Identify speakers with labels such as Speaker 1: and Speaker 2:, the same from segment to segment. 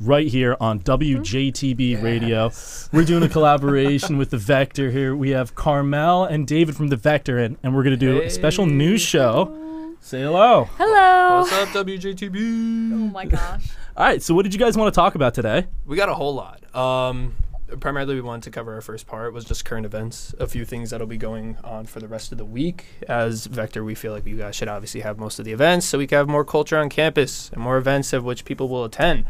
Speaker 1: right here on WJTB
Speaker 2: Mm-hmm.
Speaker 1: Radio. We're doing a collaboration with The Vector here. We have Carmel and David from The Vector, and, and we're going to do a special news show. Say hello.
Speaker 3: Hello.
Speaker 4: What's up, WJTB?
Speaker 3: Oh my gosh.
Speaker 1: All right, so what did you guys want to talk about today?
Speaker 4: We got a whole lot. Um, primarily, we wanted to cover our first part was just current events, a few things that'll be going on for the rest of the week. As Vector, we feel like you guys should obviously have most of the events, so we can have more culture on campus and more events of which people will attend.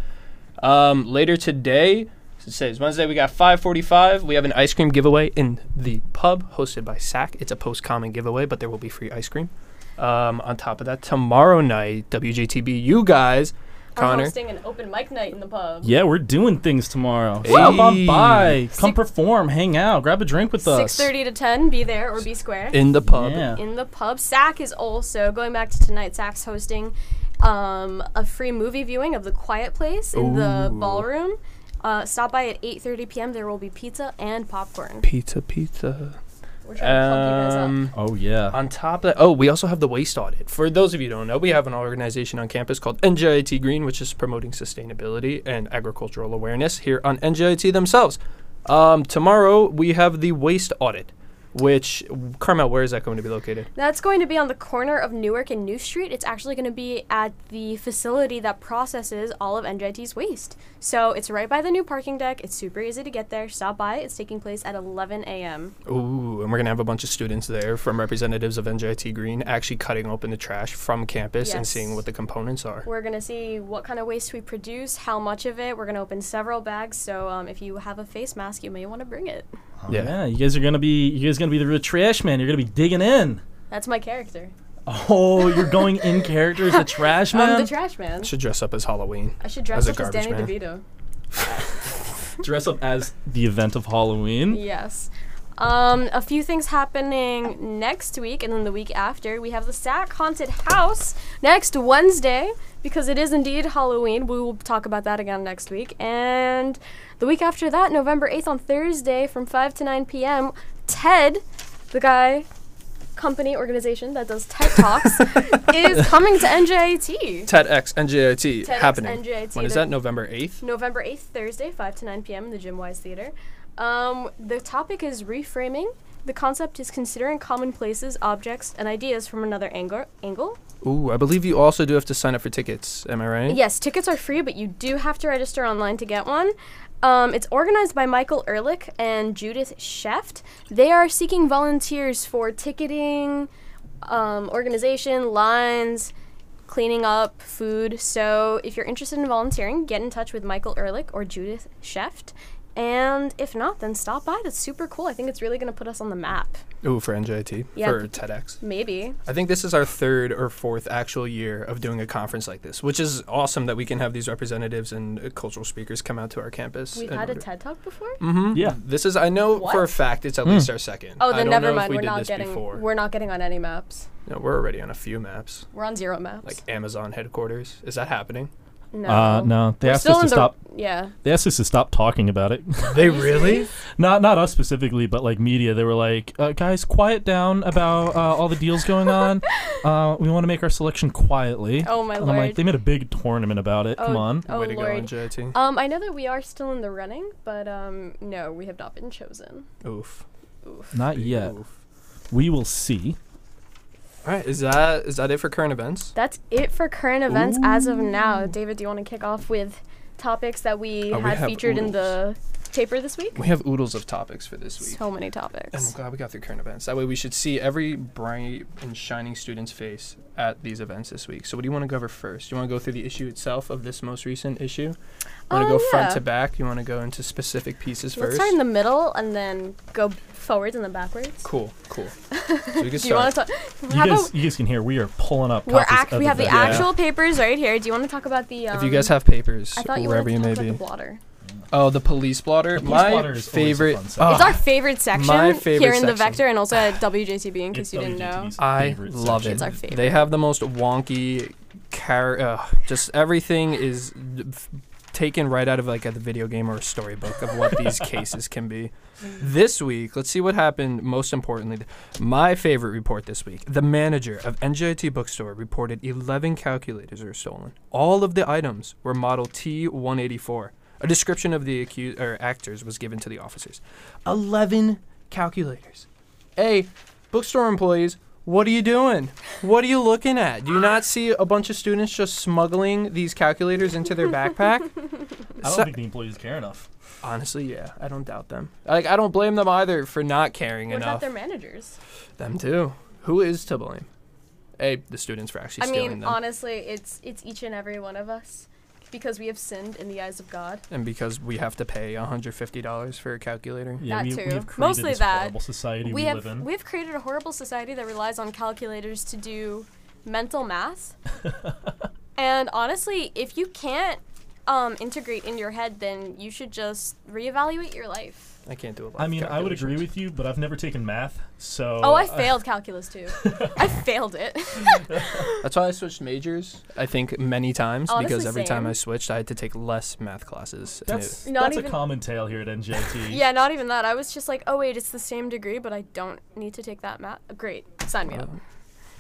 Speaker 4: Um, later today, today's Wednesday, we got 5:45. We have an ice cream giveaway in the pub hosted by SAC. It's a post-common giveaway, but there will be free ice cream. Um, on top of that, tomorrow night, WJTB, you guys,
Speaker 2: We're
Speaker 4: Connor.
Speaker 2: hosting an open mic night in the pub.
Speaker 1: Yeah, we're doing things tomorrow. Stop on
Speaker 4: Hey.
Speaker 1: by. Come
Speaker 2: Six-
Speaker 1: perform, hang out, grab a drink with us.
Speaker 2: Six thirty to ten. Be there or be square.
Speaker 4: in the pub.
Speaker 1: Yeah.
Speaker 2: in the pub. SAC is also going back to tonight. SAC's hosting um, a free movie viewing of The Quiet Place in the
Speaker 4: Ooh.
Speaker 2: ballroom. Uh, stop by at 8:30 p.m. There will be pizza and popcorn.
Speaker 4: Pizza, pizza.
Speaker 2: We're trying to pump you guys up.
Speaker 4: Um,
Speaker 1: Oh, yeah.
Speaker 4: on top of that, oh, we also have the waste audit. For those of you who don't know, we have an organization on campus called NJIT Green, which is promoting sustainability and agricultural awareness here on NJIT themselves. Um, tomorrow, we have the waste audit, which, Carmel, where is that going to be located?
Speaker 2: That's going to be on the corner of Newark and New Street. It's actually going to be at the facility that processes all of NJIT's waste. So it's right by the new parking deck. It's super easy to get there. Stop by. It's taking place at 11 a.m.
Speaker 4: Ooh, and we're going to have a bunch of students there from representatives of NJIT Green actually cutting open the trash from campus and
Speaker 2: Yes.
Speaker 4: seeing what the components are.
Speaker 2: We're going to see what kind of waste we produce, how much of it. We're going to open several bags. So um, if you have a face mask, you may want to bring it.
Speaker 1: yeah. you guys are going to be you guys going to be the real trash man. You're going to be digging in.
Speaker 2: That's my character.
Speaker 1: Oh, you're going in character as the trash man.
Speaker 2: I'm the trash man.
Speaker 4: Should dress up as Halloween.
Speaker 2: I should
Speaker 4: Um, as
Speaker 2: dress
Speaker 4: a
Speaker 2: up as
Speaker 4: garbage
Speaker 2: Danny
Speaker 4: man.
Speaker 2: DeVito.
Speaker 1: Dress up as the event of Halloween.
Speaker 2: Yes. Um, a few things happening next week and then the week after. We have the Sack Haunted House next Wednesday because it is indeed Halloween. We will talk about that again next week. And the week after that, November 8th on Thursday from 5 to 9 p.m., TED, the guy, company, organization that does TED Talks, is coming to NJIT.
Speaker 4: TEDx NJIT
Speaker 2: TEDx
Speaker 4: happening.
Speaker 2: NJIT,
Speaker 4: When is
Speaker 2: the-
Speaker 4: that? November 8th?
Speaker 2: November 8th, Thursday, 5 to 9 p.m. in the Jim Wise Theater. Um, the topic is reframing. The concept is considering common places, objects, and ideas from another angle. angle.
Speaker 4: Ooh, I believe you also do have to sign up for tickets. Am I right?
Speaker 2: Yes, tickets are free, but you do have to register online to get one. Um, it's organized by Michael Ehrlich and Judith Sheft. They are seeking volunteers for ticketing, um, organization, lines, cleaning up, food. So if you're interested in volunteering, get in touch with Michael Ehrlich or Judith Sheft. And if not, then stop by. That's super cool. I think it's really going to put us on the map.
Speaker 4: Ooh, for NJIT.
Speaker 2: Yeah.
Speaker 4: For TEDx.
Speaker 2: Maybe.
Speaker 4: I think this is our third or fourth actual year of doing a conference like this, which is awesome that we can have these representatives and uh, cultural speakers come out to our campus.
Speaker 2: We've
Speaker 4: in
Speaker 2: had a
Speaker 4: order- Mm-hmm.
Speaker 2: TED Talk before?
Speaker 1: Yeah. Hmm.
Speaker 4: This is, I know for a
Speaker 2: What?
Speaker 4: fact, it's at least our second.
Speaker 2: Oh,
Speaker 4: I
Speaker 2: then
Speaker 4: don't
Speaker 2: never
Speaker 4: know if
Speaker 2: mind.
Speaker 4: we
Speaker 2: We're
Speaker 4: did
Speaker 2: not
Speaker 4: this
Speaker 2: getting
Speaker 4: Before.
Speaker 2: we're not getting on any maps.
Speaker 4: no, we're already on a few maps,
Speaker 2: We're on zero maps.
Speaker 4: like Amazon headquarters. Is that happening?
Speaker 2: No.
Speaker 1: Uh, no, they
Speaker 2: We're
Speaker 1: asked
Speaker 2: still
Speaker 1: us to
Speaker 2: in the-
Speaker 1: stop.
Speaker 2: Yeah.
Speaker 1: They asked us to stop talking about it.
Speaker 4: They really?
Speaker 1: not not us specifically, but like media. They were like, uh, "Guys, quiet down about uh, all the deals going on. Uh, we want to make our selection quietly."
Speaker 2: Oh my
Speaker 1: and
Speaker 2: lord.
Speaker 1: I'm like, they made a big tournament about it. Come
Speaker 2: Oh,
Speaker 1: on.
Speaker 2: Oh
Speaker 4: Way to
Speaker 2: lord.
Speaker 4: go, NJIT.
Speaker 2: Um, I know that we are still in the running, but um, no, we have not been chosen.
Speaker 4: Oof.
Speaker 2: Oof.
Speaker 1: Not yet.
Speaker 4: Oof.
Speaker 1: We will see.
Speaker 4: All right. Is that is that it for current events?
Speaker 2: That's it for current events as of now. David, do you want to kick off with topics that we
Speaker 4: Oh, we
Speaker 2: had
Speaker 4: have
Speaker 2: featured in the paper this week?
Speaker 4: We have oodles of topics for this week.
Speaker 2: So many
Speaker 4: And I'm
Speaker 2: topics.
Speaker 4: glad we got through current events. That way we should see every bright and shining student's face at these events this week. So what do you want to go over first? You want to go through the issue itself of this most recent issue? You want to go
Speaker 2: Uh,
Speaker 4: front
Speaker 2: yeah.
Speaker 4: to back? You want to go into specific pieces
Speaker 2: Let's
Speaker 4: first?
Speaker 2: start in the middle and then go forwards and then backwards.
Speaker 4: cool, cool. so we can
Speaker 2: Do you want
Speaker 4: start.
Speaker 2: to talk?
Speaker 1: You
Speaker 2: How
Speaker 1: guys,
Speaker 2: about
Speaker 1: you guys can hear we are pulling up.
Speaker 2: we're
Speaker 1: copies
Speaker 2: act-
Speaker 1: of
Speaker 2: we have the
Speaker 1: event.
Speaker 2: actual papers right here. Do you want to talk about the? Um,
Speaker 4: if you guys have papers,
Speaker 2: I thought you
Speaker 4: wherever you
Speaker 2: wanted to
Speaker 4: may
Speaker 2: talk about
Speaker 4: be.
Speaker 2: the blotter.
Speaker 4: oh, the police blotter.
Speaker 1: police
Speaker 4: my
Speaker 1: blotter is always a
Speaker 4: favorite. Oh,
Speaker 1: fun section.
Speaker 2: It's our favorite section
Speaker 4: my favorite
Speaker 2: here in the
Speaker 4: section.
Speaker 2: Vector and also at WJTB in case
Speaker 1: It's
Speaker 2: you didn't know.
Speaker 1: WJTB's
Speaker 4: I
Speaker 1: favorite
Speaker 4: love
Speaker 1: section.
Speaker 4: it.
Speaker 2: It's our favorite.
Speaker 4: They have the most wonky car. Uh, just everything is d- f- taken right out of like a video game or a storybook of what these cases can be. This week, let's see what happened. Most importantly, my favorite report this week: the manager of NJIT Bookstore reported 11 calculators are stolen. All of the items were Model T184. A description of the accused or actors was given to the officers. 11 calculators. Hey, bookstore employees, what are you doing? What are you looking at? Do you not see a bunch of students just smuggling these calculators into their
Speaker 1: I
Speaker 4: backpack?
Speaker 1: don't
Speaker 4: So-
Speaker 1: think the employees care enough.
Speaker 4: Honestly, yeah, I don't doubt them. Like, I don't blame them either for not caring
Speaker 2: What about
Speaker 4: enough.
Speaker 2: their managers?
Speaker 4: them too. Who is to blame? Hey, the students for actually
Speaker 2: I
Speaker 4: stealing
Speaker 2: mean,
Speaker 4: them,
Speaker 2: honestly, it's it's each and every one of us because we have sinned in the eyes of God.
Speaker 4: and because we have to pay $150 for a calculator.
Speaker 1: Yeah,
Speaker 2: That
Speaker 1: we,
Speaker 2: too.
Speaker 1: we have created
Speaker 2: Mostly
Speaker 1: this
Speaker 2: that.
Speaker 1: horrible society we,
Speaker 2: we have
Speaker 1: live in.
Speaker 2: we have created a horrible society that relies on calculators to do mental math. and honestly, if you can't um, integrate in your head, then you should just reevaluate your life.
Speaker 4: I can't do a lot.
Speaker 1: I
Speaker 4: of
Speaker 1: mean, I would agree
Speaker 4: calculations.
Speaker 1: with you, but I've never taken math, so.
Speaker 2: Oh, I failed calculus too. I failed it.
Speaker 4: That's why I switched majors. I think many times because
Speaker 2: Honestly,
Speaker 4: every time
Speaker 2: same.
Speaker 4: I switched, I had to take less math classes. and
Speaker 1: That's,
Speaker 4: it-
Speaker 2: Not
Speaker 1: that's a
Speaker 2: even-
Speaker 1: common tale here at NJT.
Speaker 2: yeah, not even that. I was just like, oh wait, it's the same degree, but I don't need to take that math. Great, sign me up.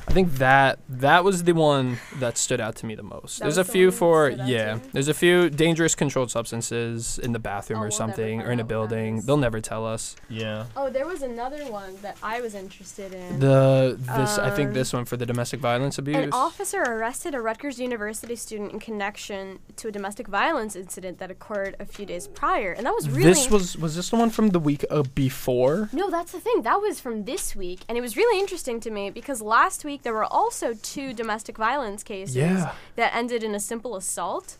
Speaker 4: I think that that was the one that stood out to me the most.
Speaker 2: That
Speaker 4: there's
Speaker 2: was
Speaker 4: a
Speaker 2: the
Speaker 4: few
Speaker 2: one that
Speaker 4: for
Speaker 2: stood out
Speaker 4: yeah.
Speaker 2: to you?
Speaker 4: There's a few dangerous controlled substances in the bathroom
Speaker 2: Oh,
Speaker 4: or
Speaker 2: we'll never
Speaker 4: something or
Speaker 2: find
Speaker 4: in a
Speaker 2: out what that
Speaker 4: building.
Speaker 2: is.
Speaker 4: They'll never tell us.
Speaker 1: Yeah.
Speaker 2: Oh, there was another one that I was interested in.
Speaker 4: The this I think
Speaker 2: Um,
Speaker 4: this one for the domestic violence abuse.
Speaker 2: An officer arrested a Rutgers University student in connection to a domestic violence incident that occurred a few days prior, and that was really
Speaker 4: This was was this the one from the week uh, before?
Speaker 2: no, that's the thing. That was from this week, and it was really interesting to me because last week there were also two domestic violence cases
Speaker 4: Yeah.
Speaker 2: that ended in a simple assault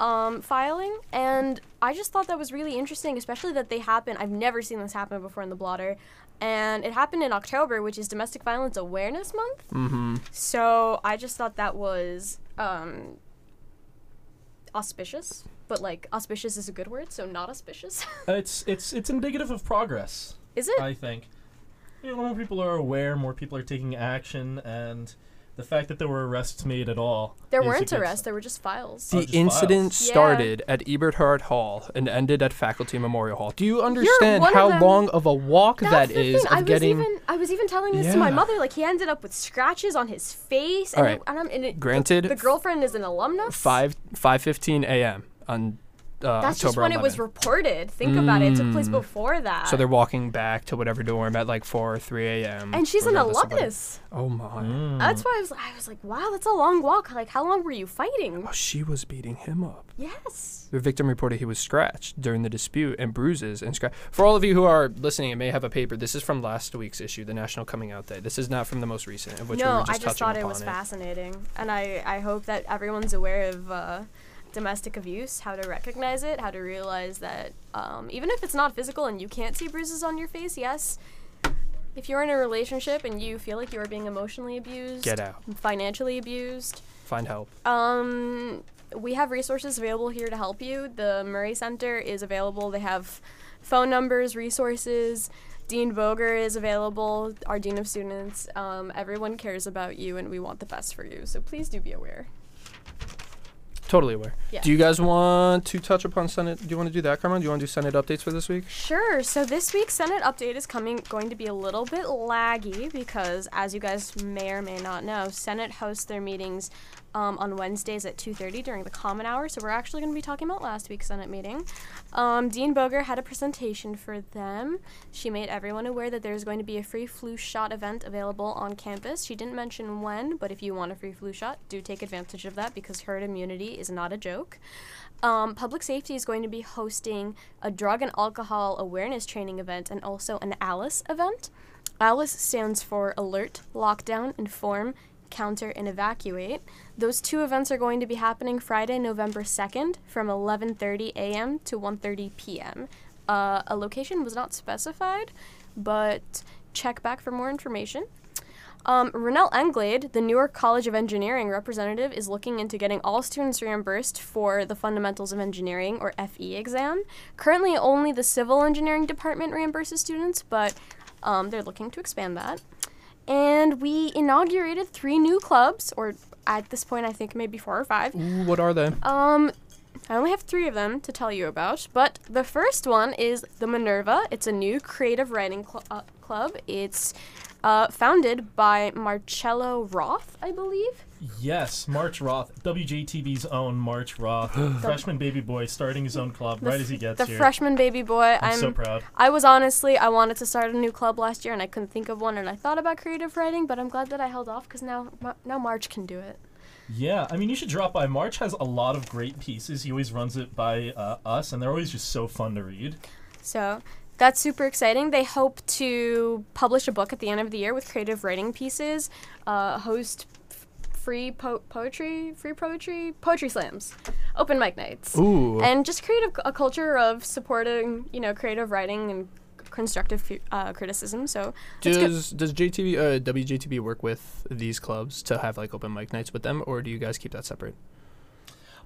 Speaker 2: um, filing, and I just thought that was really interesting, especially that they happen. I've never seen this happen before in the blotter, and it happened in October, which is Domestic Violence Awareness Month.
Speaker 4: Mm-hmm.
Speaker 2: So I just thought that was um, auspicious, but like auspicious is a good word, so not auspicious,
Speaker 1: It's, it's, it's indicative of progress,
Speaker 2: is it?
Speaker 1: I think. You know, more people are aware, more people are taking action, and the fact that there were arrests made at all.
Speaker 2: there
Speaker 1: is a
Speaker 2: weren't
Speaker 1: good
Speaker 2: arrests;
Speaker 1: sign.
Speaker 2: there were just files.
Speaker 1: Oh,
Speaker 4: The
Speaker 1: just
Speaker 4: incident
Speaker 2: files. Yeah.
Speaker 4: started at Eberhard Hall and ended at Faculty Memorial Hall. Do you understand
Speaker 2: one of
Speaker 4: how
Speaker 2: them.
Speaker 4: long of a walk that
Speaker 2: the
Speaker 4: is
Speaker 2: thing.
Speaker 4: of
Speaker 2: I
Speaker 4: getting
Speaker 2: was even I was even telling this to my
Speaker 4: Yeah.
Speaker 2: mother. Like he ended up with scratches on his face, and,
Speaker 4: All right.
Speaker 2: it- and, I'm- and it-
Speaker 4: Granted,
Speaker 2: The, the girlfriend is an alumnus.
Speaker 4: five five fifteen a.m. on uh,
Speaker 2: That's just
Speaker 4: October
Speaker 2: when
Speaker 4: 11th.
Speaker 2: it was reported. Think about it; it took place before that.
Speaker 4: so they're walking back to whatever dorm at like four or three a.m.
Speaker 2: and she's an
Speaker 4: regardless of what-
Speaker 2: alumnus.
Speaker 4: Oh my!
Speaker 2: That's why I was I was like, wow, that's a long walk. Like, how long were you fighting?
Speaker 4: Oh, she was beating him up.
Speaker 2: Yes.
Speaker 4: The victim reported he was scratched during the dispute and bruises and scratch. For all of you who are listening and may have a paper, this is from last week's issue, the National Coming Out Day. This is not from the most recent, of which we
Speaker 2: no,
Speaker 4: were just
Speaker 2: I
Speaker 4: touching
Speaker 2: just thought it
Speaker 4: upon
Speaker 2: was fascinating, and I, I hope that everyone's aware of uh, domestic abuse, how to recognize it, how to realize that um, even if it's not physical and you can't see bruises on your face, yes, if you're in a relationship and you feel like you are being emotionally abused,
Speaker 4: Get out.
Speaker 2: financially abused,
Speaker 4: Find help.
Speaker 2: um, we have resources available here to help you. The Murray Center is available. They have phone numbers, resources. Dean Boger is available, our Dean of Students. Um, everyone cares about you and we want the best for you. So please do be aware.
Speaker 4: Totally aware.
Speaker 2: Yeah.
Speaker 4: Do you guys want to touch upon Senate? Do you want to do that, Carmen? Do you want to do Senate updates for this week?
Speaker 2: Sure. So this week's Senate update is coming going to be a little bit laggy because, as you guys may or may not know, Senate hosts their meetings um, on Wednesdays at 2:30 during the common hour. So we're actually going to be talking about last week's Senate meeting. Um, Dean Boger had a presentation for them. She made everyone aware that there's going to be a free flu shot event available on campus. She didn't mention when, but if you want a free flu shot, do take advantage of that because herd immunity is not a joke. Um, public safety is going to be hosting a drug and alcohol awareness training event and also an ALICE event. ALICE stands for Alert, Lockdown, Inform, Counter, and Evacuate. Those two events are going to be happening Friday, November 2nd from 11:30 a.m. to 1:30 p.m. Uh, a location was not specified, but check back for more information. Um, Renelle Englade, the Newark College of Engineering representative, is looking into getting all students reimbursed for the Fundamentals of Engineering or FE exam. Currently, only the Civil Engineering Department reimburses students, but um, they're looking to expand that. And we inaugurated three new clubs, or at this point, I think maybe four or five.
Speaker 4: Ooh, what are they?
Speaker 2: Um, I only have three of them to tell you about, but the first one is the Minerva. It's a new creative writing cl- uh, club. It's uh, founded by Marcello Roth, I believe.
Speaker 1: Yes, March Roth, WJTB's own March Roth, freshman baby boy, starting his own club
Speaker 2: The
Speaker 1: right
Speaker 2: f-
Speaker 1: as he gets
Speaker 2: the
Speaker 1: here.
Speaker 2: freshman baby boy.
Speaker 1: I'm,
Speaker 2: I'm,
Speaker 1: so proud.
Speaker 2: I was honestly, I wanted to start a new club last year and I couldn't think of one, and I thought about creative writing, but I'm glad that I held off because now, Ma- now March can do it.
Speaker 1: Yeah, I mean, you should drop by. March has a lot of great pieces. He always runs it by uh, us, and they're always just so fun to read.
Speaker 2: So that's super exciting. They hope to publish a book at the end of the year with creative writing pieces, uh, host f- free po- poetry, free poetry, poetry slams, open mic nights,
Speaker 4: Ooh.
Speaker 2: and just create a, a culture of supporting, you know, creative writing and constructive fu- uh, criticism. So that's good.
Speaker 4: does does JTB uh, WJTB work with these clubs to have like open mic nights with them, or do you guys keep that separate?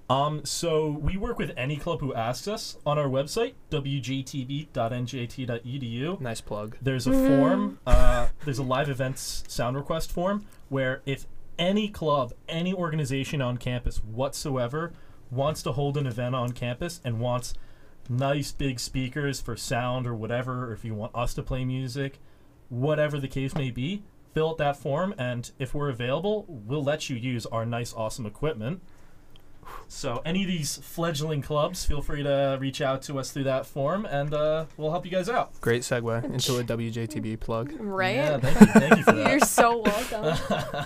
Speaker 1: Um, so we work with any club who asks us on our website, wjtb.njt.edu.
Speaker 4: Nice plug.
Speaker 1: There's a form, uh, there's a live events sound request form where if any club, any organization on campus whatsoever wants to hold an event on campus and wants nice big speakers for sound or whatever, or if you want us to play music, whatever the case may be, fill out that form and if we're available, we'll let you use our nice, awesome equipment. So, any of these fledgling clubs, feel free to reach out to us through that form and uh, we'll help you guys out.
Speaker 4: Great segue into a WJTB plug.
Speaker 2: right.
Speaker 1: Yeah, thank you. Thank you for that.
Speaker 2: You're so welcome.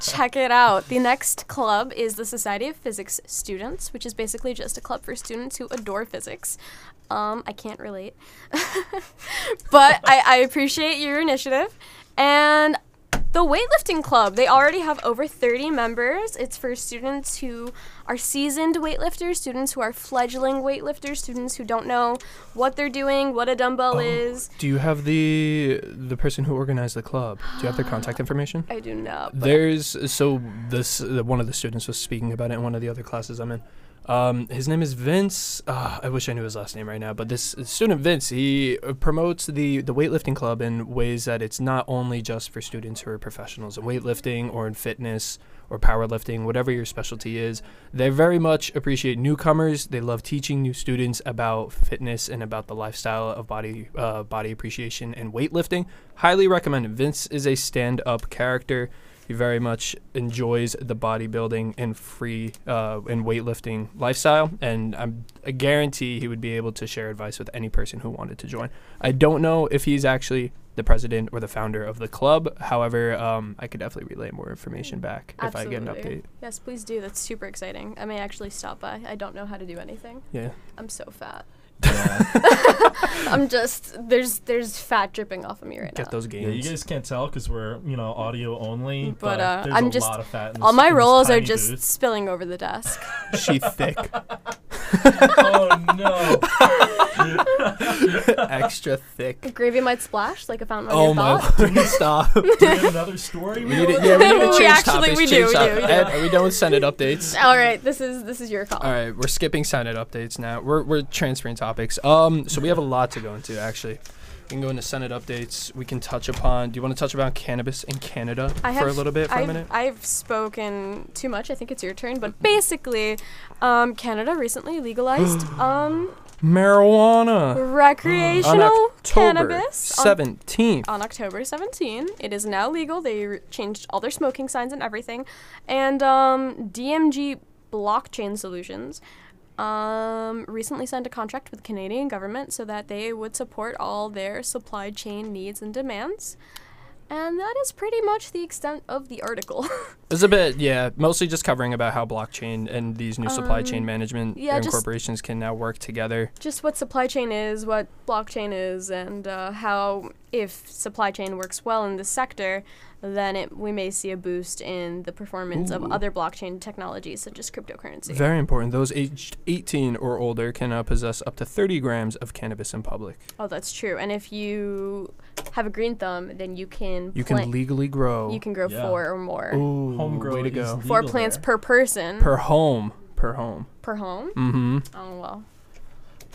Speaker 2: Check it out. The next club is the Society of Physics Students, which is basically just a club for students who adore physics. Um, I can't relate, but I, I appreciate your initiative. And the weightlifting club, they already have over 30 members. It's for students who are seasoned weightlifters, students who are fledgling weightlifters, students who don't know what they're doing, what a dumbbell is.
Speaker 4: Do you have the the person who organized the club? Do you have their contact information?
Speaker 2: I do not. but-
Speaker 4: There's so this uh, one of the students was speaking about it in one of the other classes I'm in. Um, his name is Vince. Uh, I wish I knew his last name right now, but this student Vince, he uh, promotes the the weightlifting club in ways that it's not only just for students who are professionals in weightlifting or in fitness or powerlifting, whatever your specialty is. They very much appreciate newcomers. They love teaching new students about fitness and about the lifestyle of body uh, body appreciation and weightlifting. Highly recommend. it. Vince is a stand-up character. He very much enjoys the bodybuilding and free uh, and weightlifting lifestyle, and I'm, I guarantee he would be able to share advice with any person who wanted to join. I don't know if he's actually the president or the founder of the club. However, um, I could definitely relay more information back if I get an
Speaker 2: Absolutely.
Speaker 4: update.
Speaker 2: Yes, please do. That's super exciting. I may actually stop by. I don't know how to do anything.
Speaker 4: Yeah.
Speaker 2: I'm so fat.
Speaker 1: Yeah.
Speaker 2: I'm just there's there's fat dripping off of me right
Speaker 4: Get
Speaker 2: now.
Speaker 4: those gains.
Speaker 1: Yeah, you guys can't tell because we're you know audio only,
Speaker 2: But,
Speaker 1: but,
Speaker 2: uh,
Speaker 1: there's
Speaker 2: I'm
Speaker 1: a
Speaker 2: just-
Speaker 1: lot of fat. In
Speaker 2: All
Speaker 1: this-
Speaker 2: my
Speaker 1: in this
Speaker 2: rolls are
Speaker 1: tiny
Speaker 2: just
Speaker 1: booth.
Speaker 2: spilling over the desk.
Speaker 4: she thick,
Speaker 1: oh no!
Speaker 4: extra thick.
Speaker 2: Gravy might splash like a fountain on
Speaker 4: Oh
Speaker 2: your
Speaker 4: my!
Speaker 2: butt.
Speaker 4: Please stop.
Speaker 1: Do we have another story?
Speaker 4: We need to, yeah, we need to
Speaker 2: We
Speaker 4: change
Speaker 2: actually-
Speaker 4: topics.
Speaker 2: we do,
Speaker 4: change
Speaker 2: we do,
Speaker 4: topic.
Speaker 2: we do.
Speaker 4: Ed, are we done with Senate updates?
Speaker 2: All right, this is this is your call.
Speaker 4: All right, we're skipping Senate updates now. We're, we're transferring topics. Um, so we have a lot to go into actually. We can go into Senate updates. We can touch upon. Do you want to touch about cannabis in Canada
Speaker 2: I
Speaker 4: for a
Speaker 2: have-
Speaker 4: little bit for
Speaker 2: I've,
Speaker 4: a minute?
Speaker 2: I've spoken too much. I think it's your turn. But basically, um, Canada recently legalized um,
Speaker 4: Marijuana. On
Speaker 2: recreational
Speaker 4: October
Speaker 2: cannabis on
Speaker 4: seventeenth.
Speaker 2: on October 17. It is now legal. They re- changed all their smoking signs and everything. And um, DMG Blockchain Solutions um, recently signed a contract with the Canadian government so that they would support all their supply chain needs and demands. And that is pretty much the extent of the article.
Speaker 4: It's a bit, yeah, mostly just covering about how blockchain and these new supply chain management
Speaker 2: Um, yeah,
Speaker 4: and
Speaker 2: just-
Speaker 4: corporations can now work together.
Speaker 2: Just what supply chain is, what blockchain is, and uh, how if supply chain works well in this sector, then it, we may see a boost in the performance
Speaker 4: Ooh.
Speaker 2: of other blockchain technologies such as cryptocurrency.
Speaker 4: Very important. Those aged 18 or older can now possess up to 30 grams of cannabis in public.
Speaker 2: oh, that's true. And if you have a green thumb, then you can
Speaker 4: You can
Speaker 2: plant-
Speaker 4: legally grow.
Speaker 2: you can grow
Speaker 1: Yeah.
Speaker 2: four or more,
Speaker 4: Ooh,
Speaker 1: Homegrown
Speaker 4: way to
Speaker 1: is
Speaker 4: go.
Speaker 2: four
Speaker 1: legal
Speaker 2: plants
Speaker 1: there.
Speaker 2: per person per,
Speaker 4: Per home. Per home.
Speaker 2: home.
Speaker 4: Mm-hmm.
Speaker 2: Oh well,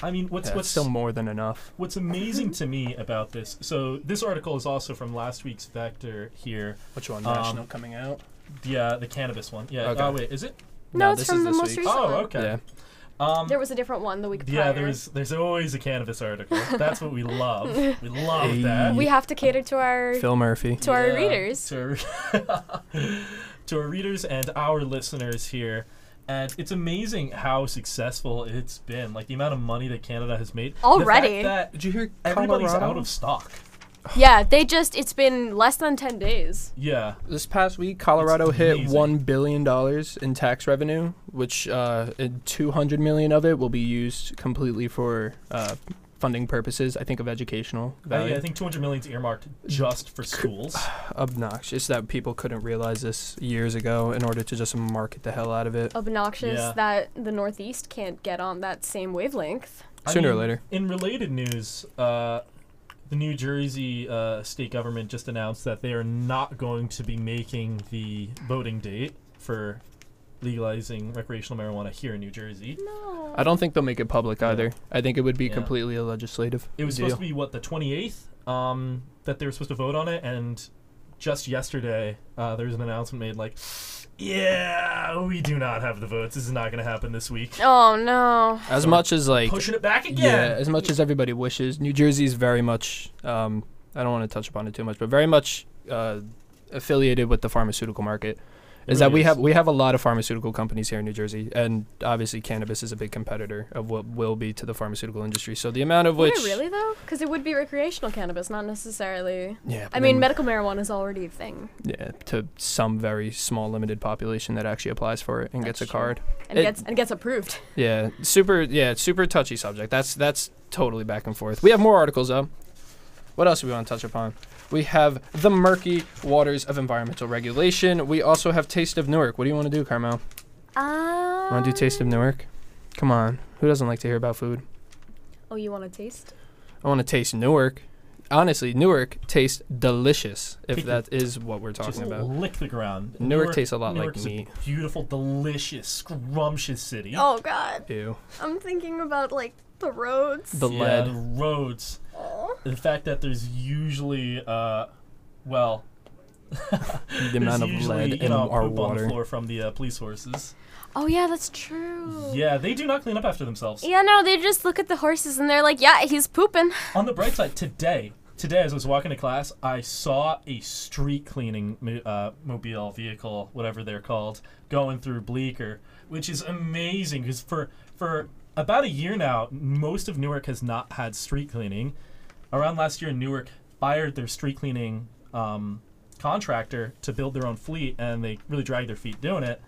Speaker 1: I mean, what's
Speaker 4: That's
Speaker 1: what's
Speaker 4: still more than enough.
Speaker 1: what's amazing to me about this? So this article is also from last week's Vector here.
Speaker 4: Which one?
Speaker 1: Um, National
Speaker 4: coming out?
Speaker 1: The uh, the cannabis one. Yeah.
Speaker 4: Okay.
Speaker 1: Oh wait, is it?
Speaker 2: no,
Speaker 4: No,
Speaker 2: it's
Speaker 4: this
Speaker 2: from
Speaker 4: is
Speaker 2: the
Speaker 4: this
Speaker 2: most
Speaker 4: week.
Speaker 2: recent.
Speaker 1: Oh
Speaker 2: one.
Speaker 1: okay.
Speaker 4: Yeah.
Speaker 1: Um,
Speaker 2: There was a different one the week prior.
Speaker 1: yeah, there's there's always a cannabis article. That's what we love. We love that.
Speaker 2: We have to cater to our
Speaker 4: Phil Murphy.
Speaker 2: to our
Speaker 1: Yeah,
Speaker 2: readers.
Speaker 1: To our, to our readers and our listeners here. And it's amazing how successful it's been. Like the amount of money that Canada has made. The fact
Speaker 2: Already.
Speaker 1: that
Speaker 4: Did you hear
Speaker 1: everybody's out of stock.
Speaker 2: Yeah, they just it's been less than 10 days.
Speaker 1: Yeah.
Speaker 4: This past week, Colorado
Speaker 1: It's
Speaker 4: hit
Speaker 1: amazing.
Speaker 4: one billion dollars in tax revenue, which uh, two hundred million of it will be used completely for uh, funding purposes. I think of educational
Speaker 1: I,
Speaker 4: value.
Speaker 1: I think 200 million is earmarked just for schools.
Speaker 4: Obnoxious that people couldn't realize this years ago in order to just market the hell out of it.
Speaker 2: Obnoxious
Speaker 1: Yeah.
Speaker 2: that the Northeast can't get on that same wavelength.
Speaker 1: I
Speaker 4: Sooner or
Speaker 1: mean,
Speaker 4: later.
Speaker 1: In related news, uh, the New Jersey uh, state government just announced that they are not going to be making the voting date for legalizing recreational marijuana here in New Jersey.
Speaker 2: No.
Speaker 4: I don't think they'll make it public
Speaker 1: Yeah.
Speaker 4: either. I think it would be
Speaker 1: Yeah.
Speaker 4: completely a legislative.
Speaker 1: It was
Speaker 4: deal.
Speaker 1: supposed to be what the 28th um, that they were supposed to vote on it, and just yesterday uh, there was an announcement made like, "Yeah, we do not have the votes. This is not going to happen this week."
Speaker 2: Oh no.
Speaker 4: as
Speaker 1: so-
Speaker 4: much as like
Speaker 1: Pushing it back
Speaker 4: Yeah,
Speaker 1: again.
Speaker 4: as much as everybody wishes, New Jersey is very much. Um, I don't want to touch upon it too much, but very much uh, affiliated with the pharmaceutical market.
Speaker 1: It
Speaker 4: Is that
Speaker 1: really
Speaker 4: we
Speaker 1: is.
Speaker 4: have we have a lot of pharmaceutical companies here in New Jersey, and obviously cannabis is a big competitor of what will be to the pharmaceutical industry. So the amount of
Speaker 2: Would
Speaker 4: which,
Speaker 2: it really though? Because it would be recreational cannabis, not necessarily.
Speaker 4: yeah,
Speaker 2: I
Speaker 4: but
Speaker 2: mean,
Speaker 4: then-
Speaker 2: medical marijuana is already a thing
Speaker 4: yeah, to some very small limited population that actually applies for it and
Speaker 2: That's
Speaker 4: gets a
Speaker 2: true.
Speaker 4: card.
Speaker 2: and
Speaker 4: It-
Speaker 2: gets and gets approved.
Speaker 4: Yeah, super. Yeah, it's super touchy subject. That's that's totally back and forth. We have more articles though. What else do we want to touch upon? We have the murky waters of environmental regulation. We also have Taste of Newark. What do you want to do, Carmel?
Speaker 2: Ah.
Speaker 4: Want to do Taste of Newark? Come on. Who doesn't like to hear about food?
Speaker 2: Oh, you want to taste?
Speaker 4: I want to taste Newark. Honestly, Newark tastes delicious. If
Speaker 1: Take your-
Speaker 4: that is what we're talking
Speaker 1: Just
Speaker 4: about.
Speaker 1: lick the ground.
Speaker 4: Newark tastes a lot like
Speaker 1: Newark's
Speaker 4: meat.
Speaker 1: A beautiful, delicious, scrumptious city.
Speaker 2: Oh God,
Speaker 4: Ew.
Speaker 2: I'm thinking about like the roads.
Speaker 4: The
Speaker 1: yeah,
Speaker 4: lead.
Speaker 1: the roads.
Speaker 2: Oh.
Speaker 1: The fact that there's usually, uh, well,
Speaker 4: The amount of
Speaker 1: there's usually,
Speaker 4: lead
Speaker 1: you
Speaker 4: in
Speaker 1: know,
Speaker 4: our
Speaker 1: poop on the
Speaker 4: water.
Speaker 1: floor from the uh, police horses.
Speaker 2: Oh yeah, that's true.
Speaker 1: Yeah, they do not clean up after themselves.
Speaker 2: Yeah, no, they just look at the horses and they're like, yeah, he's pooping.
Speaker 1: On the bright side, today, today as I was walking to class, I saw a street cleaning mo- uh, mobile vehicle, whatever they're called, going through Bleecker, which is amazing because for for about a year now, most of Newark has not had street cleaning. Around last year, Newark fired their street cleaning um, contractor to build their own fleet, and they really dragged their feet doing it.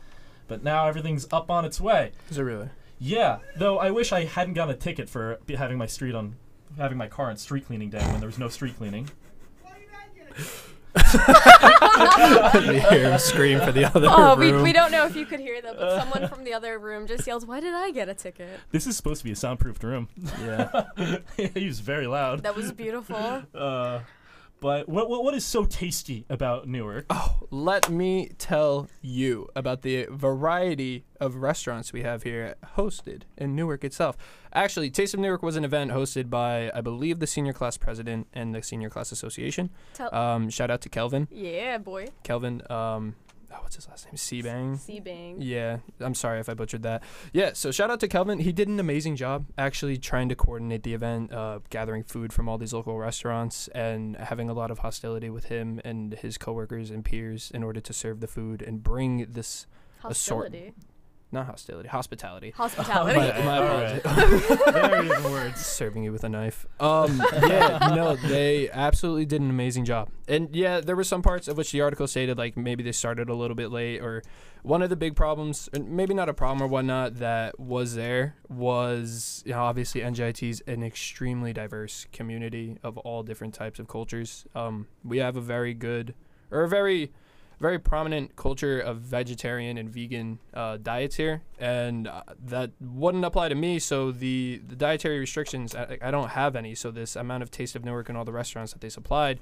Speaker 1: But now everything's up on its way.
Speaker 4: Is it really?
Speaker 1: Yeah, though I wish I hadn't gotten a ticket for be- having my street on, having my car on street cleaning day when there was no street cleaning.
Speaker 4: you hear him scream for the other
Speaker 2: Oh, we,
Speaker 4: room.
Speaker 2: we don't know if you could hear them, but someone from the other room just yelled, "Why did I get a ticket?"
Speaker 1: This is supposed to be a soundproofed room.
Speaker 4: yeah.
Speaker 1: he was very loud.
Speaker 2: That was beautiful.
Speaker 1: Uh, but what, what what is so tasty about Newark?
Speaker 4: Oh, Let me tell you about the variety of restaurants we have here hosted in Newark itself. Actually, Taste of Newark was an event hosted by, I believe, the senior class president and the senior class association.
Speaker 2: Tell-
Speaker 4: Um, shout out to Kelvin.
Speaker 2: yeah, boy.
Speaker 4: Kelvin, um, oh, what's his last name? Sebang.
Speaker 2: Sebang.
Speaker 4: Yeah, I'm sorry if I butchered that. Yeah, so shout out to Kelvin. He did an amazing job actually trying to coordinate the event, uh, gathering food from all these local restaurants, and having a lot of hostility with him and his coworkers and peers in order to serve the food and bring this Assort-
Speaker 2: Hostility.
Speaker 4: not hostility, hospitality.
Speaker 2: Hospitality.
Speaker 4: My, my apologies.
Speaker 1: Very good words.
Speaker 4: Serving you with a knife. Um, yeah, no, they absolutely did an amazing job. And yeah, there were some parts of which the article stated like maybe they started a little bit late, or one of the big problems, and maybe not a problem or whatnot, that was there was you know, obviously NJIT's an extremely diverse community of all different types of cultures. Um, we have a very good or a very very prominent culture of vegetarian and vegan uh, diets here, and uh, that wouldn't apply to me. So the, the dietary restrictions, I, I don't have any. So this amount of taste of Newark and all the restaurants that they supplied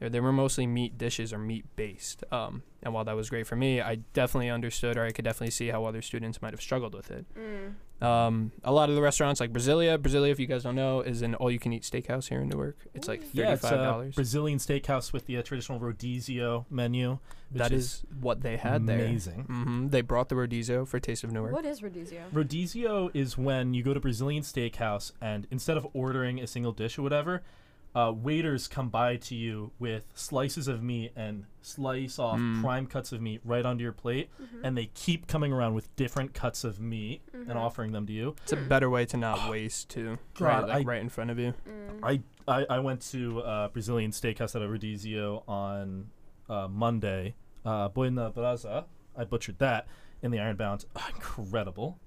Speaker 4: They they were mostly meat dishes or meat based. Um, and while that was great for me, I definitely understood or I could definitely see how other students might have struggled with it.
Speaker 2: Mm.
Speaker 4: Um, a lot of the restaurants, like Brasilia, Brasilia, if you guys don't know, is an all you can eat steakhouse here in Newark. It's like
Speaker 2: Ooh.
Speaker 1: Yeah, it's uh, a
Speaker 4: $35.
Speaker 1: Brazilian steakhouse with the uh, traditional rodizio menu. which
Speaker 4: that is what they had there.
Speaker 1: amazing.
Speaker 4: hmm They brought the rodizio for Taste of Newark.
Speaker 2: What is radizio?
Speaker 1: Rodizio is when you go to Brazilian steakhouse and instead of ordering a single dish or whatever, uh, waiters come by to you with slices of meat and slice off
Speaker 4: Mm.
Speaker 1: prime cuts of meat right onto your plate, and they keep coming around with different cuts of meat and offering them to you.
Speaker 4: It's a better way to not waste too.
Speaker 1: Oh. God,
Speaker 4: right, like
Speaker 1: I-
Speaker 4: right in front of you.
Speaker 1: I, I, I went to uh, Brazilian steakhouse at a Rodizio on uh, Monday. Uh, Buena Brasa. I butchered that in the Iron Bound. incredible.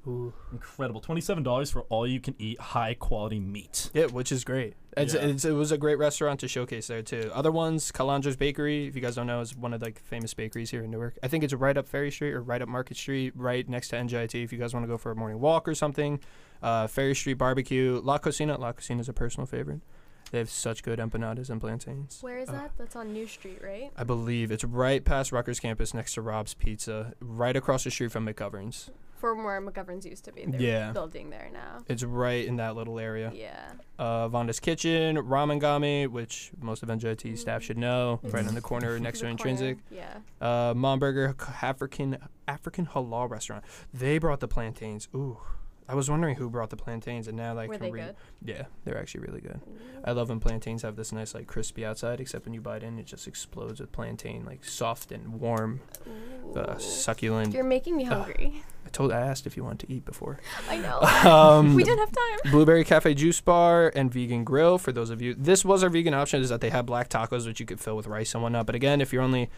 Speaker 1: Incredible. $27 for all you can eat high quality meat.
Speaker 4: Yeah, which is great. It's,
Speaker 1: Yeah.
Speaker 4: it's, it was a great restaurant to showcase there too. Other ones, Calandra's Bakery, if you guys don't know, is one of like the famous bakeries here in Newark. I think it's right up Ferry Street or right up Market Street, right next to NJIT. If you guys want to go for a morning walk or something, uh, Ferry Street Barbecue, La Cocina. La Cocina is a personal favorite. They have such good empanadas and plantains.
Speaker 2: Where is
Speaker 4: Uh,
Speaker 2: that? That's on New Street, right?
Speaker 4: I believe it's right past Rutgers campus, next to Rob's Pizza, right across the street from McGovern's.
Speaker 2: From where McGovern's used to be. They're
Speaker 4: Yeah.
Speaker 2: building there now.
Speaker 4: It's right in that little area.
Speaker 2: Yeah.
Speaker 4: uh, Vonda's Kitchen, Ramangami, which most of NJIT staff should know, right on the corner next to
Speaker 2: Mm. The corner.
Speaker 4: Intrinsic.
Speaker 2: Yeah.
Speaker 4: Uh, Mom Burger, H- African African halal restaurant. They brought the plantains. Ooh, I was wondering who brought the plantains, and now that I
Speaker 2: Were
Speaker 4: can
Speaker 2: they
Speaker 4: read.
Speaker 2: good?
Speaker 4: Yeah, they're actually really good. I love when plantains have this nice like crispy outside, except when you bite in, it just explodes with plantain, like soft and warm, uh,
Speaker 2: Ooh.
Speaker 4: succulent.
Speaker 2: You're making me
Speaker 4: Ugh.
Speaker 2: hungry.
Speaker 4: I told, I asked if you wanted to eat before.
Speaker 2: I know.
Speaker 4: Um,
Speaker 2: we didn't have time.
Speaker 4: Blueberry Cafe Juice Bar and Vegan Grill for those of you. This was our vegan option is that they have black tacos which you could fill with rice and whatnot. But again, if you're only,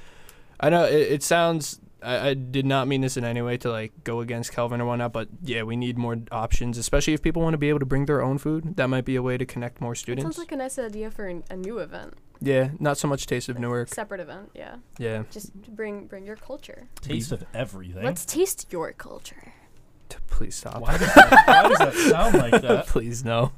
Speaker 4: I know it, it sounds. I, I did not mean this in any way to like go against Kelvin or whatnot, but yeah, we need more options, especially if people want to be able to bring their own food. That might be a way to connect more
Speaker 2: That
Speaker 4: students.
Speaker 2: sounds like a nice idea for an, a new event.
Speaker 4: yeah, not so much Taste of Newark.
Speaker 2: Separate event, yeah.
Speaker 4: Yeah,
Speaker 2: Just to bring bring your culture.
Speaker 1: Taste of everything.
Speaker 2: Let's taste your culture.
Speaker 4: T- please stop.
Speaker 1: Why does, that, why does that sound like that?
Speaker 4: please no.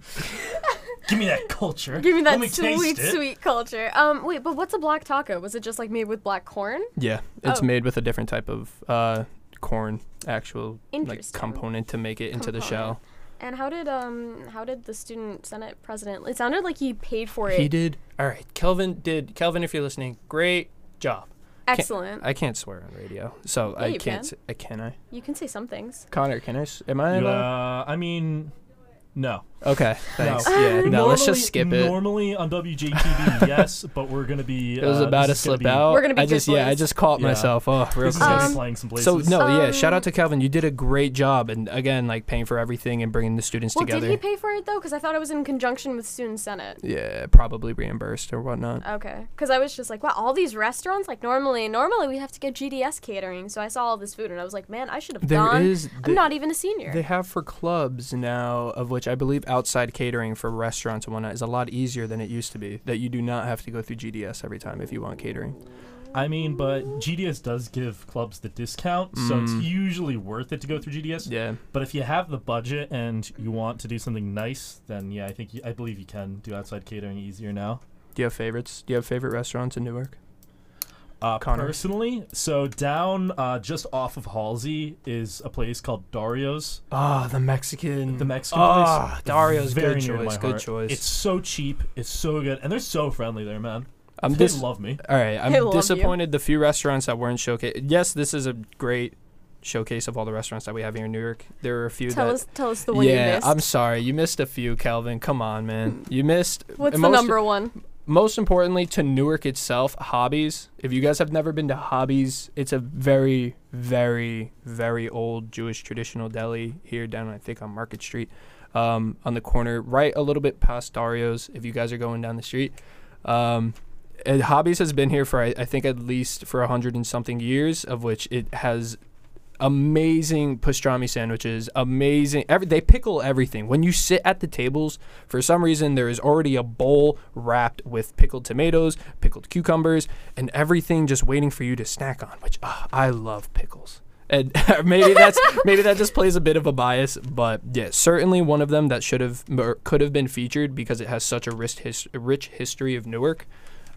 Speaker 1: Give me that culture.
Speaker 2: Give me
Speaker 1: Let
Speaker 2: that
Speaker 1: me taste
Speaker 2: sweet,
Speaker 1: it.
Speaker 2: sweet culture. Um, wait, but what's a black taco? Was it just like made with black corn?
Speaker 4: Yeah, it's
Speaker 2: Oh.
Speaker 4: made with a different type of uh, corn, actual like
Speaker 2: Interesting.
Speaker 4: component to make it into the shell.
Speaker 2: Component. And how did um how did the student senate president? It sounded like he paid for it.
Speaker 4: He did. All right. Kelvin did. Kelvin, if you're listening, great job.
Speaker 2: Excellent.
Speaker 4: I can't swear on radio, so
Speaker 2: Yeah,
Speaker 4: I
Speaker 2: you
Speaker 4: can't.
Speaker 2: can.
Speaker 4: s- I can I.
Speaker 2: you can say some things.
Speaker 4: Connor, can I? s- Am I? allowed?
Speaker 1: Uh, I mean, no.
Speaker 4: Okay. Thanks. Yeah. No. let's just skip it.
Speaker 1: Normally on WJTV, yes, but we're gonna be.
Speaker 4: it was
Speaker 1: uh,
Speaker 4: about to
Speaker 1: this is gonna
Speaker 4: slip
Speaker 1: be-
Speaker 4: out.
Speaker 2: We're gonna be
Speaker 4: I just.
Speaker 2: good
Speaker 4: Yeah. I
Speaker 2: boys.
Speaker 4: just caught
Speaker 1: Yeah.
Speaker 4: myself. Oh, real
Speaker 1: This is gonna
Speaker 4: quick.
Speaker 1: be
Speaker 2: Um,
Speaker 1: flying some places.
Speaker 4: So no, yeah. Shout
Speaker 2: Um,
Speaker 4: out to Kelvin. You did a great job, and again, like paying for everything and bringing the students
Speaker 2: Well,
Speaker 4: together.
Speaker 2: did he pay for it though? Because I thought it was in conjunction with student senate.
Speaker 4: yeah, probably reimbursed or whatnot.
Speaker 2: Okay, because I was just like, wow, all these restaurants. Like normally, normally we have to get GDS catering. So I saw all this food and I was like, man, I should have
Speaker 4: There
Speaker 2: gone.
Speaker 4: is the-
Speaker 2: I'm not even a senior.
Speaker 4: They have for clubs now, of which I believe outside catering for restaurants and whatnot is a lot easier than it used to be. That you do not have to go through GDS every time if you want catering.
Speaker 1: I mean, but GDS does give clubs the discount, so it's usually worth it to go through GDS.
Speaker 4: Mm. Yeah,
Speaker 1: But if you have the budget and you want to do something nice, then yeah, I think you, I believe you can do outside catering easier now.
Speaker 4: do you have favorites? Do you have favorite restaurants in Newark?
Speaker 1: Uh,
Speaker 4: Connor.
Speaker 1: personally, so down uh, just off of Halsey is a place called Dario's.
Speaker 4: Ah, the Mexican.
Speaker 1: The Mexican
Speaker 4: Ah,
Speaker 1: place.
Speaker 4: Dario's
Speaker 1: Very
Speaker 4: good
Speaker 1: near to my
Speaker 4: choice. Good
Speaker 1: heart.
Speaker 4: choice.
Speaker 1: It's so cheap. It's so good, and they're so friendly there, man.
Speaker 4: I'm
Speaker 1: they
Speaker 4: dis-
Speaker 1: love me.
Speaker 4: All right,
Speaker 2: They
Speaker 4: I'm
Speaker 2: love you.
Speaker 4: disappointed the few restaurants that weren't showcased. Yes, this is a great showcase of all the restaurants that we have here in Newark. There are a few
Speaker 2: tell
Speaker 4: that
Speaker 2: us, tell us the one
Speaker 4: yeah,
Speaker 2: you missed.
Speaker 4: I'm sorry. You missed a few, Calvin. Come on, man. You missed.
Speaker 2: What's
Speaker 4: and
Speaker 2: the
Speaker 4: most-
Speaker 2: number one?
Speaker 4: Most importantly, to Newark itself, hobbies. If you guys have never been to hobbies, it's a very, very, very old Jewish traditional deli here down, I think, on Market Street, um, on the corner, right a little bit past Dario's. If you guys are going down the street, um, and hobbies has been here for I, I think at least for a hundred and something years, of which it has amazing pastrami sandwiches, amazing. Every, they pickle everything. When you sit at the tables, for some reason there is already a bowl wrapped with pickled tomatoes, pickled cucumbers, and everything just waiting for you to snack on. Which ah, I love pickles. And maybe that's maybe that just plays a bit of a bias, but yeah, certainly one of them that should have or could have been featured because it has such a rich, his, rich history of Newark.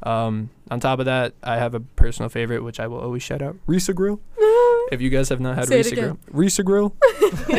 Speaker 4: Um, on top of that, I have a personal favorite, which I will always shout out Risa Grill. If you guys have not had
Speaker 2: Say it
Speaker 4: Risa Grill,
Speaker 2: again.
Speaker 4: Risa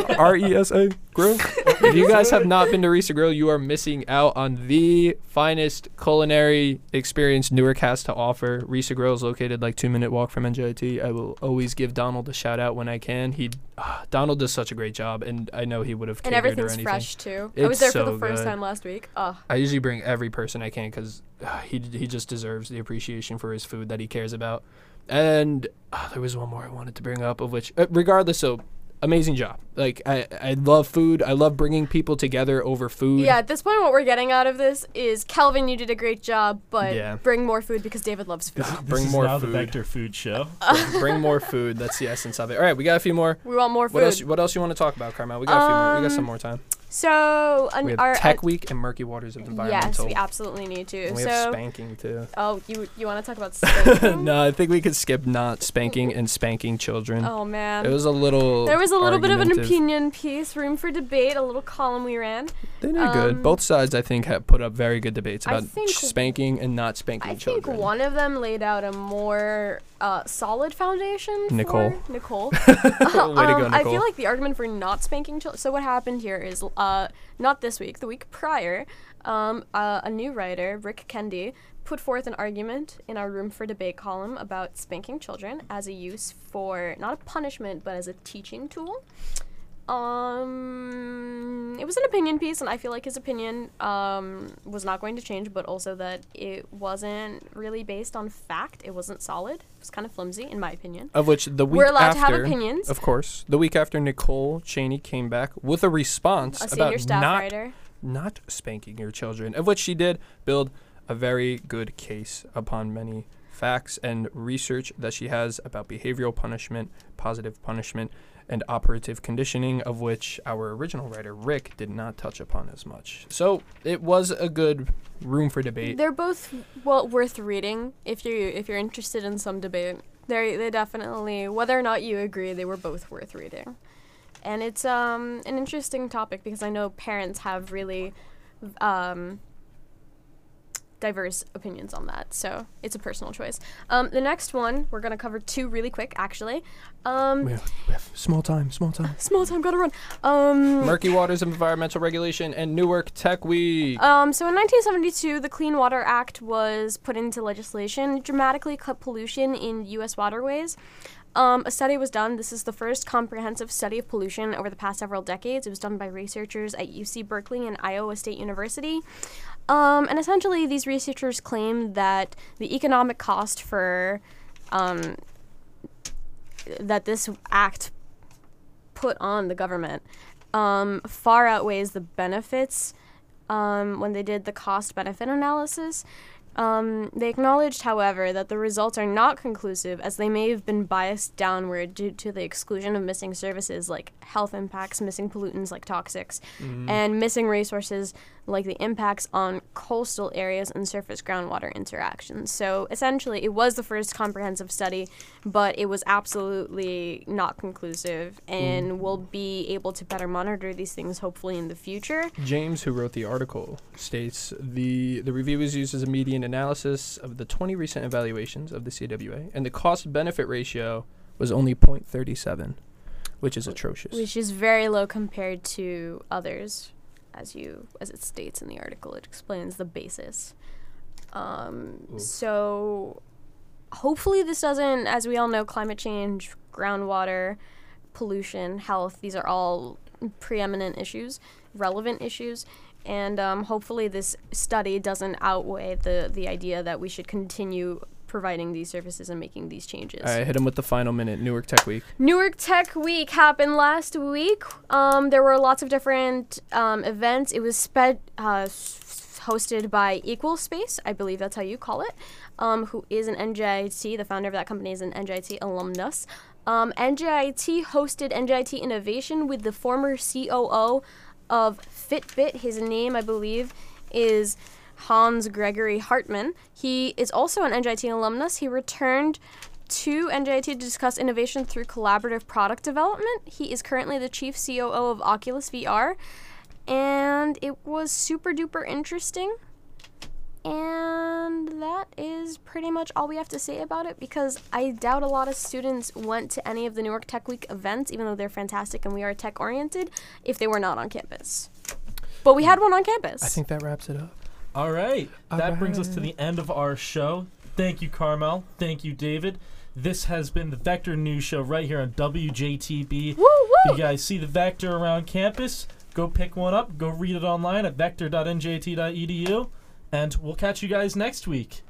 Speaker 4: Grill, R E S A Grill. If you guys have not been to Risa Grill, you are missing out on the finest culinary experience Newark has to offer. Risa Grill is located like two minute walk from NJIT. I will always give Donald a shout out when I can. He, ah, Donald does such a great job, and I know he would have.
Speaker 2: and
Speaker 4: catered or
Speaker 2: everything's
Speaker 4: anything.
Speaker 2: fresh too. I
Speaker 4: It's
Speaker 2: was there for
Speaker 4: so
Speaker 2: the first
Speaker 4: good.
Speaker 2: time last week. Oh,
Speaker 4: I usually bring every person I can because he d- he just deserves the appreciation for his food that he cares about. And ah, there was one more I wanted to bring up, of which, uh, regardless, so amazing job. Like I I love food. I love bringing people together over food.
Speaker 2: yeah. At this point, what we're getting out of this is Calvin, you did a great job, but
Speaker 4: Yeah.
Speaker 2: bring more food because David loves food.
Speaker 1: This
Speaker 4: Bring
Speaker 1: is
Speaker 4: more
Speaker 1: now
Speaker 4: food.
Speaker 1: the Vector Food Show.
Speaker 4: Bring- bring more food. That's the essence of it. All right, we got a few more.
Speaker 2: We want more food.
Speaker 4: What else? What else you want to talk about, Carmel? We got a few more. We got some
Speaker 2: Um,
Speaker 4: more time.
Speaker 2: So, an,
Speaker 4: We have
Speaker 2: our, uh,
Speaker 4: Tech Week and Murky Waters of
Speaker 2: yes,
Speaker 4: Environmental.
Speaker 2: we absolutely need to.
Speaker 4: and we
Speaker 2: so,
Speaker 4: have spanking too.
Speaker 2: oh, you you want to talk about? spanking?
Speaker 4: no, I think we could skip not spanking and spanking children.
Speaker 2: Oh man.
Speaker 4: It was a little.
Speaker 2: there was a little bit of an
Speaker 4: argumentative.
Speaker 2: opinion piece, room for debate, a little column we ran.
Speaker 4: They did good.
Speaker 2: Um,
Speaker 4: Both sides, I think, have put up very good debates
Speaker 2: I
Speaker 4: about
Speaker 2: think-
Speaker 4: spanking and not spanking
Speaker 2: I
Speaker 4: children.
Speaker 2: think one of them laid out a more uh, solid foundation.
Speaker 4: Nicole.
Speaker 2: For Nicole.
Speaker 4: Way to go,
Speaker 2: Um, I
Speaker 4: Nicole.
Speaker 2: feel like the argument for not spanking children. So what happened here is, uh, not this week, the week prior, um, uh, a new writer, Rick Kendi, put forth an argument in our room for debate column about spanking children as a use for not a punishment but as a teaching tool. Um, it was an opinion piece, and I feel like his opinion um, was not going to change, but also that it wasn't really based on fact. It wasn't solid. It was kind of flimsy, in my opinion.
Speaker 4: of which the week
Speaker 2: We're allowed to have
Speaker 4: after,
Speaker 2: opinions.
Speaker 4: Of course, the week after Nicole Cheney came back with a response
Speaker 2: A senior
Speaker 4: about
Speaker 2: staff
Speaker 4: not
Speaker 2: writer.
Speaker 4: not spanking your children, of which she did build a very good case upon many facts and research that she has about behavioral punishment, positive punishment, and operative conditioning, of which our original writer Rick did not touch upon as much. So it was a good room for debate.
Speaker 2: They're both well worth reading if you if you're interested in some debate. They they definitely whether or not you agree, they were both worth reading. And it's um an interesting topic because I know parents have really um diverse opinions on that. So, it's a personal choice. Um the next one, we're going to cover two really quick actually. Um
Speaker 4: We have- we have small time, small time.
Speaker 2: small time got to run. Um
Speaker 4: Murky Waters of Environmental Regulation and Newark Tech Week.
Speaker 2: Um, so in 1972, the Clean Water Act was put into legislation, dramatically cut pollution in U.S. waterways. Um, a study was done. This is the first comprehensive study of pollution over the past several decades. It was done by researchers at UC Berkeley and Iowa State University. Um, and essentially, these researchers claim that the economic cost for um, that this act put on the government um, far outweighs the benefits um, when they did the cost benefit analysis. Um, they acknowledged, however, that the results are not conclusive as they may have been biased downward due to the exclusion of missing services like health impacts, missing pollutants like toxics, and missing resources like the impacts on coastal areas and surface groundwater interactions. So essentially, it was the first comprehensive study, but it was absolutely not conclusive and we'll be able to better monitor these things hopefully in the future.
Speaker 4: James, who wrote the article, states the the review is used as a median analysis of the 20 recent evaluations of the CWA, and the cost benefit ratio was only 0.37, which is atrocious.
Speaker 2: which is very low compared to others as you as it states in the article it explains the basis um,
Speaker 4: Oof.
Speaker 2: so hopefully this doesn't as we all know climate change groundwater pollution health these are all preeminent issues relevant issues and um, hopefully this study doesn't outweigh the the idea that we should continue providing these services and making these changes
Speaker 4: All right, hit him with the final minute. Newark Tech Week.
Speaker 2: Newark Tech Week happened last week. Um, there were lots of different um, events. It was sped, uh, s- hosted by Equal Space, I believe that's how you call it, um, who is an NJIT. The founder of that company is an NJIT alumnus. Um, NJIT hosted NJIT Innovation with the former COO of Fitbit. His name, I believe, is Hans Gregory Hartman. He is also an NJIT alumnus. He returned to NJIT to discuss innovation through collaborative product development. He is currently the chief COO of Oculus VR, and it was super duper interesting. And that is pretty much all we have to say about it because I doubt a lot of students went to any of the Newark Tech Week events, even though they're fantastic and we are tech oriented, if they were not on campus. But we had one on campus.
Speaker 4: I think that wraps it up.
Speaker 1: All right.
Speaker 4: All
Speaker 1: that brings us to
Speaker 4: right.
Speaker 1: the end of our show. Thank you, Carmel. Thank you, David. This has been the Vector News Show right here on WJTB.
Speaker 2: Woo
Speaker 1: If
Speaker 2: woo!
Speaker 1: you guys see the Vector around campus, go pick one E up. Go read it online at vector.njt.edu. And we'll catch you guys next week.